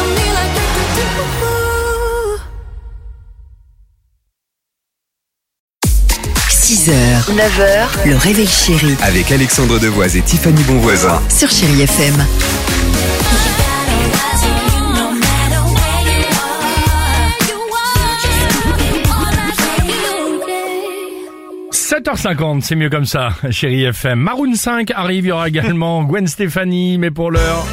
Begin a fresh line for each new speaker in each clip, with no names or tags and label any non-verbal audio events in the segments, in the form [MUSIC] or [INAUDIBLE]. on me like do, do, do, do.
6h, 9h, le réveil chéri
Avec Alexandre Devoise et Tiffany Bonvoisin.
sur Chérie FM.
You are, you are my baby.
7h50, c'est mieux comme ça, chérie FM. Maroon 5 arrive, il y aura également Gwen Stefani, mais pour l'heure,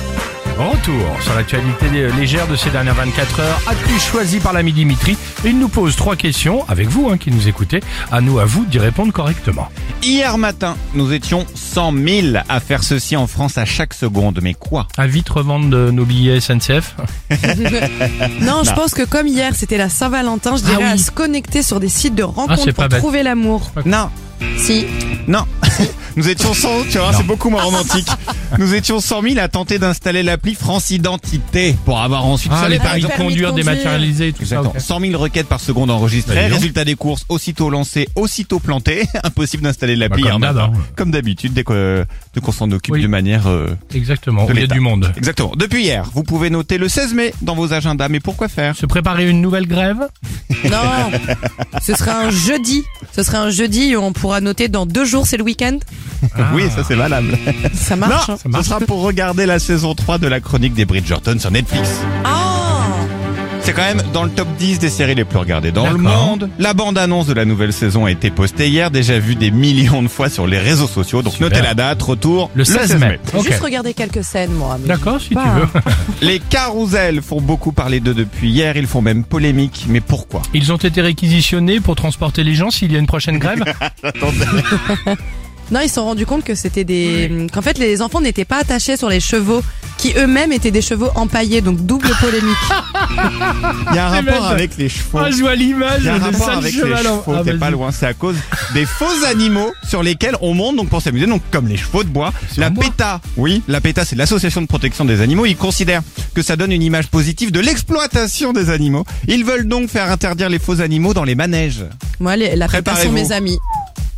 retour sur l'actualité euh, légère de ces dernières 24 heures. Actu choisi par l'ami Dimitri. Il nous pose trois questions, avec vous hein, qui nous écoutez. À nous, à vous d'y répondre correctement.
Hier matin, nous étions 100 000 à faire ceci en France à chaque seconde. Mais quoi
À vite revendre de nos billets SNCF.
Non, je pense que comme hier, c'était la Saint-Valentin, je dirais
Bah. Ah oui. Ah,
à se connecter sur des sites de rencontres
c'est pas
pour
bête.
trouver l'amour.
Non,
Si.
non. [LAUGHS] Nous étions 100, tu vois,
Non.
c'est beaucoup moins romantique. Nous étions 100 000 à tenter d'installer l'appli France Identité pour avoir ensuite
[LAUGHS]
ça,
Ah, les
par
permis de
exemple.
permis de
conduire
conduire.
dématérialisés, tout ça.
Exactement.
ok.
100 000 requêtes par seconde
Bah,
enregistrées.
dis donc.
Résultat des courses, aussitôt lancé, aussitôt planté. [LAUGHS] Impossible d'installer l'appli
Bah,
hier
comme d'hab,
matin.
hein.
Comme d'habitude, dès que- dès qu'on s'en occupe
Oui.
de manière... euh,
Exactement,
De
il y a
l'État.
du monde.
Exactement. Depuis hier, vous pouvez noter le 16 mai dans vos agendas. Mais pourquoi faire
Se préparer une nouvelle grève
Non. ce sera un jeudi. Ce sera un jeudi et on pourra noter dans deux jours, c'est le week-end.
Ah.
Oui, ça c'est valable.
Ça
Non,
marche. hein.
Ça marche.
ce sera pour regarder la saison 3 de la chronique des Bridgerton sur Netflix.
Ah.
C'est quand même dans le top 10 des séries les plus regardées dans le
D'accord.
monde. La bande-annonce de la nouvelle saison a été postée hier, déjà vue des millions de fois sur les réseaux sociaux. Donc
Super.
notez la date, retour
Le 16 mai. Bah.
J'ai
Ok.
Juste regarder quelques scènes, moi. mais
D'accord, si
pas,
tu veux. [LAUGHS]
Les carousels font beaucoup parler d'eux depuis hier, ils font même polémique. Mais pourquoi
Ils ont été réquisitionnés pour transporter les gens s'il y a une prochaine [LAUGHS] grève.
Non, ils se sont rendus compte que c'était des, qu'en fait, les enfants n'étaient pas attachés sur les chevaux, qui eux-mêmes étaient des chevaux empaillés, donc double
[LAUGHS]
polémique.
Il y a un rapport
Ah, bête.
avec les chevaux.
Ah, je vois l'image
Il y a un
de
rapport
sale
avec les
cheval en-
chevaux,
Ah,
t'es pas
vas-y.
loin, c'est à cause des faux animaux sur lesquels on monte donc pour s'amuser, donc comme les chevaux de bois.
sont
La
en bois.
PETA, oui, la PETA c'est l'association de protection des animaux, ils considèrent que ça donne une image positive de l'exploitation des animaux. Ils veulent donc faire interdire les faux animaux dans les manèges.
Moi, les, la plupart sont
Préparez-vous.
mes amis.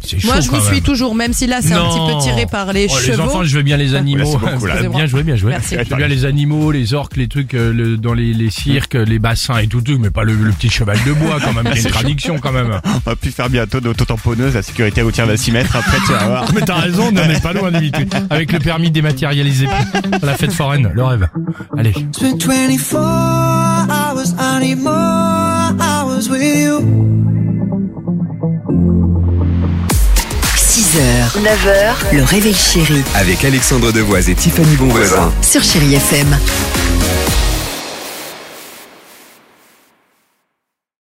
C'est chaud
Moi, je
quand
vous
même.
suis toujours, même si là, c'est un
Non.
petit peu tiré par les
Oh,
chevaux.
les enfants, je veux bien les animaux.
Oula, c'est beaucoup, là.
Bien bien joué, bien joué.
Merci.
Je veux bien les animaux, les orques, les trucs euh, le- dans les, les cirques, euh, les bassins et tout, tout, mais pas le, le petit cheval de bois quand même. C'est une tradition quand même. [LAUGHS]
On va plus faire bientôt d'autotamponneuse, la sécurité routière va s'y mettre, après tu vas voir. [LAUGHS]
Mais t'as raison, on n'en est pas loin d'habitude. Avec le permis dématérialisé, la fête foraine, le rêve. Allez.
Spent 24 hours, I need more hours with you.
6h, 9h, le réveil chéri
Avec Alexandre Devoise et Tiffany Bonvoisin.
sur Chérie FM.